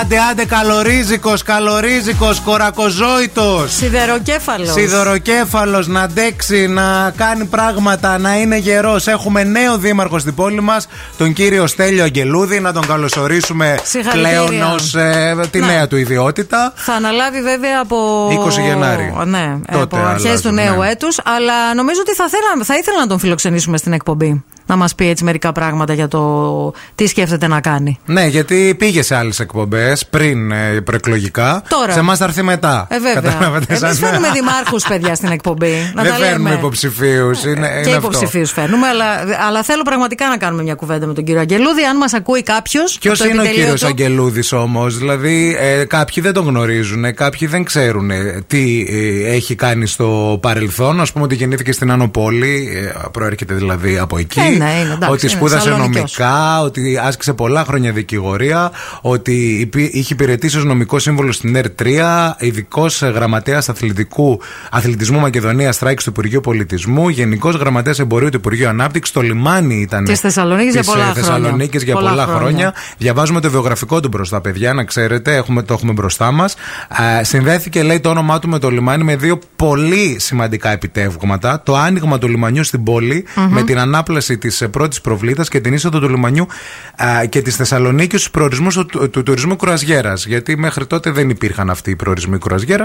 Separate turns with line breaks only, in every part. Άντε, άντε, καλορίζικος, καλορίζικος, κορακοζόητος.
Σιδεροκέφαλος.
Σιδεροκέφαλος, να αντέξει, να κάνει πράγματα, να είναι γερός. Έχουμε νέο δήμαρχο στην πόλη μας, τον κύριο Στέλιο Αγγελούδη, να τον καλωσορίσουμε πλέον ως ε, τη
Ναι.
νέα του ιδιότητα.
Θα αναλάβει βέβαια από.
20 Γενάρη.
Ναι,
Τότε
από αρχές
αλλάζει,
του νέου
ναι.
έτους έτου. Αλλά νομίζω ότι θα, θέλα, θα ήθελα να τον φιλοξενήσουμε στην εκπομπή. Να μας πει έτσι μερικά πράγματα για το τι σκέφτεται να κάνει.
Ναι, γιατί πήγε σε άλλες εκπομπές πριν ε, προεκλογικά.
Τώρα.
Σε εμάς θα έρθει μετά.
Ε, βέβαια.
Καταλάβατε
Εμείς
σας, ναι.
φέρνουμε δημάρχους, παιδιά, στην εκπομπή. Να
Δεν
τα
φέρνουμε
λέμε.
υποψηφίου. Είναι, είναι
και
αυτό.
υποψηφίους φέρνουμε, αλλά, αλλά θέλω πραγματικά να κάνουμε μια κουβέντα με τον κύριο Αγγελούδη. Αν μας ακούει κάποιος.
Ποιος είναι ο κύριο Αγγελούδης όμως, δηλαδή ε, κάποιοι δεν τον γνωρίζουν, ε, κάποιοι δεν ξέρουν ε, τι ε, έχει κάνει στο παρελθόν. Ας πούμε ότι γεννήθηκε στην Άνω Πόλη, ε, προέρχεται δηλαδή από εκεί.
Ε, ναι, είναι, εντάξει,
ότι
είναι
σπούδασε
Θεσσαλονικιός.
νομικά, ότι άσκησε πολλά χρόνια δικηγορία, ότι υπή- είχε υπηρετήσει ως νομικό σύμβολο στην ΕΡ3, ειδικός γραμματέας ε, αθλητικού αθλητισμού Μακεδονία Στράικη του Υπουργείου Πολιτισμού, γενικός γραμματέας εμπορίου του Υπουργείου Ανάπτυξης, το λιμάνι ήταν.
Της Θεσσαλονίκης για
της, ε,
πολλά χρόνια.
Θεσσαλονίκης για
Πολλά
πολλά,
χρόνια.
χρόνια. Διαβάζουμε το βιογραφικό του μπροστά, παιδιά, να ξέρετε. Έχουμε, το έχουμε μπροστά μας. Συνδέθηκε, λέει, το όνομά του με το λιμάνι με δύο πολύ σημαντικά επιτεύγματα. Το άνοιγμα του λιμανιού στην πολη με την ανάπλαση της πρώτης προβλήτας και την είσοδο του λιμανιού α, και της Θεσσαλονίκης στους προορισμούς του, του, του τουρισμού κρουαζιέρας. Γιατί μέχρι τότε δεν υπήρχαν αυτοί οι προορισμοί κρουαζιέρας.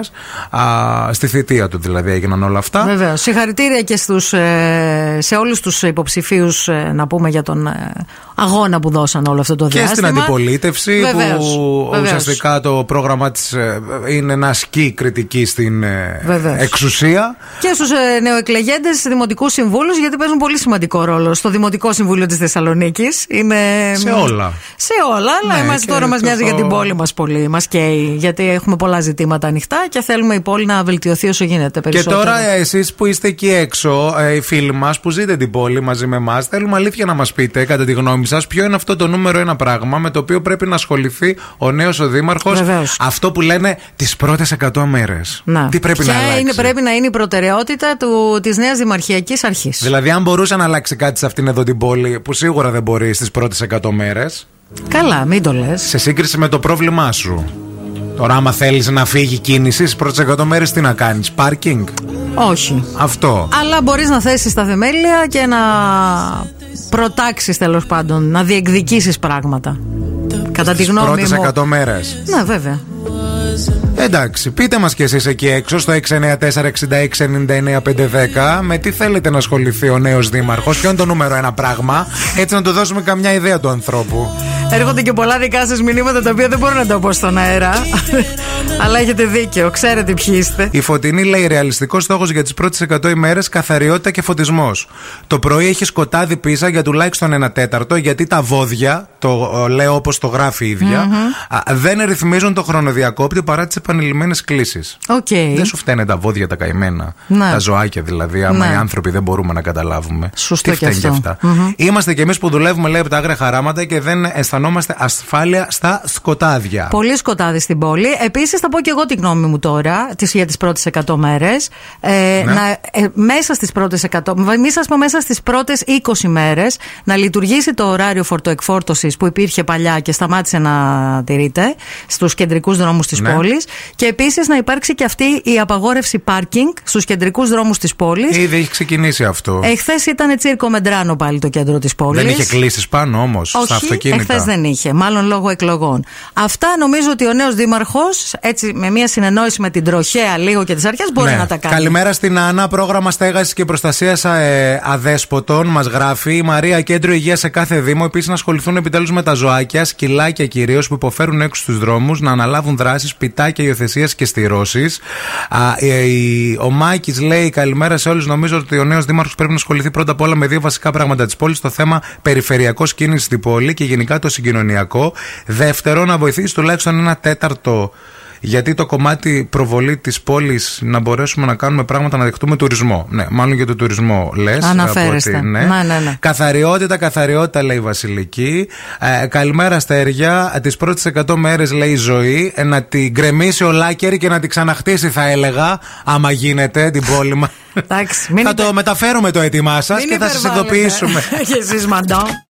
Στη θητεία του δηλαδή έγιναν όλα αυτά.
Βεβαίως. Συγχαρητήρια και στους, ε, σε όλους τους υποψηφίους, να πούμε, για τον ε, αγώνα που δώσαν όλο αυτό το
Και
διάστημα.
στην αντιπολίτευση
Βεβαίως,
που
βεβαίως.
ουσιαστικά το πρόγραμμά της ε, είναι να ασκεί κριτική στην ε,
Βεβαίως.
εξουσία.
Και στους ε, νεοεκλεγέντες δημοτικούς συμβούλους, γιατί παίζουν πολύ σημαντικό ρόλο στο Δημοτικό Συμβούλιο της Θεσσαλονίκης. Είναι...
Σε όλα.
Σε όλα, αλλά
Ναι,
εμάς
και
τώρα μας
το-
νοιάζει για την πόλη μας πολύ. Μας καίει, γιατί έχουμε πολλά ζητήματα ανοιχτά και θέλουμε η πόλη να βελτιωθεί όσο γίνεται
Και
περισσότερο.
τώρα εσείς που είστε εκεί έξω, ε, οι φίλοι μας που ζείτε την πόλη μαζί με εμάς, θέλουμε αλήθεια να μας πείτε, κατά τη γνώμη σας, ποιο είναι αυτό το νούμερο ένα πράγμα με το οποίο πρέπει να ασχοληθεί ο νέος ο δήμαρχος.
Βεβαίως.
Αυτό που λένε τις πρώτες 100 μέρες.
Να.
Τι πρέπει
Ποια
να αλλάξει.
είναι, πρέπει να είναι η προτεραιότητα του, της νέας δημαρχιακής αρχής.
Δηλαδή, αν μπορούσε να αλλάξει κάτι σε αυτήν εδώ την πόλη, που σίγουρα δεν μπορεί στις πρώτες 100 μέρες.
Καλά, μην το λες.
σε σύγκριση με το πρόβλημά σου. Τώρα, άμα θέλεις να φύγει κίνηση, στις πρώτες 100 μέρες τι να κάνεις, πάρκινγκ.
Όχι.
Αυτό.
Αλλά μπορείς να θέσεις τα θεμέλια και να προτάξεις τέλος πάντων, να διεκδικήσεις πράγματα. Κατά τη γνώμη
Πρώτες
μου.
100 μέρες.
Ναι, βέβαια.
Εντάξει, πείτε μας κι εσείς εκεί έξω στο 694-6699-510 με τι θέλετε να ασχοληθεί ο νέος δήμαρχος, ποιο είναι το νούμερο ένα πράγμα, έτσι να του δώσουμε καμιά ιδέα του ανθρώπου.
Έρχονται και πολλά δικά σας μηνύματα τα οποία δεν μπορώ να τα πω στον αέρα. Αλλά έχετε δίκιο, ξέρετε ποιοι είστε.
Η φωτεινή λέει: Ρεαλιστικός στόχος για τις πρώτες 100 ημέρες καθαριότητα και φωτισμός. Το πρωί έχει σκοτάδι πίσα για τουλάχιστον 1 τέταρτο, γιατί τα βόδια, το ε, λέω όπως το γράφει η ίδια,
Mm-hmm.
α, δεν ρυθμίζουν το χρονοδιακόπτη παρά τις επανειλημμένες κλήσεις.
Οκ.
Δεν σου φταίνε τα βόδια τα καημένα.
Mm. Ναι.
Τα ζωάκια δηλαδή, άμα
Ναι.
οι άνθρωποι δεν μπορούμε να καταλάβουμε.
Σωστό
Τι
και
φταίνε κι
αυτό. Mm-hmm.
αυτα Είμαστε κι εμείς που δουλεύουμε, λέει, από τα άγρια χαράματα και δεν αισθανόμαστε ασφάλεια στα σκοτάδια.
Πολύ σκοτάδι στην πόλη. Επίσης, θα πω και εγώ τη γνώμη μου τώρα τις, για τις πρώτες 100 μέρε.
Ναι.
Ε, να, ε, μέσα στις πρώτες 100, μη σας πω μέσα στις πρώτες 20 μέρες, να λειτουργήσει το ωράριο φορτοεκφόρτωση που υπήρχε παλιά και σταμάτησε να τηρείται στους κεντρικούς δρόμους της
Ναι.
πόλης. Και επίσης να υπάρξει και αυτή η απαγόρευση πάρκινγκ στους κεντρικούς δρόμους της πόλης.
Ήδη έχει ξεκινήσει αυτό.
Εχθές ήταν τσίρκο μεντράνο πάλι το κέντρο της πόλης.
Δεν είχε κλείσει πάνω όμως στα
Όχι,
αυτοκίνητα.
εχθές δεν είχε, μάλλον λόγω εκλογών. Αυτά νομίζω ότι ο νέος δήμαρχος, έτσι με μια συνεννόηση με την τροχέα λίγο και τι αρχές, μπορεί
Ναι.
να τα κάνει.
Καλημέρα στην Άννα. Πρόγραμμα στέγασης και προστασίας αδέσποτων μας γράφει. Η Μαρία Κέντρο Υγείας σε κάθε Δήμο. Επίσης, να ασχοληθούν επιτέλους με τα ζωάκια, σκυλάκια κυρίως που υποφέρουν έξω στους δρόμους, να αναλάβουν δράσεις, πιτάκια υιοθεσία και στηρώσεις. Ο Μάκης λέει καλημέρα σε όλους. Νομίζω ότι ο νέος δήμαρχος πρέπει να ασχοληθεί πρώτα απ' όλα με δύο βασικά πράγματα της πόλης. Το θέμα περιφερειακός κίνησης στην πόλη και γενικά το συγκοινωνιακό. Δεύτερο, να βοηθήσει τουλάχιστον ένα τέταρτο γιατί το κομμάτι προβολή της πόλης να μπορέσουμε να κάνουμε πράγματα, να δεχτούμε τουρισμό. Ναι, μάλλον για τον τουρισμό λες.
Αναφέρεστε. Ναι, ναι, ναι.
Καθαριότητα, καθαριότητα λέει η Βασιλική. Ε, καλημέρα αστέρια. Τις πρώτες 100 μέρες λέει η ζωή. Ε, να την γκρεμίσει ολάκερη και να την ξαναχτίσει, θα έλεγα. Άμα γίνεται την πόλη μας.
Εντάξει, μην
θα
υπε-
το μεταφέρουμε το αίτημά σας
Μην
και θα σας
υπερβάλλετε.
ειδοποιήσουμε.
Και εσείς, μαντά.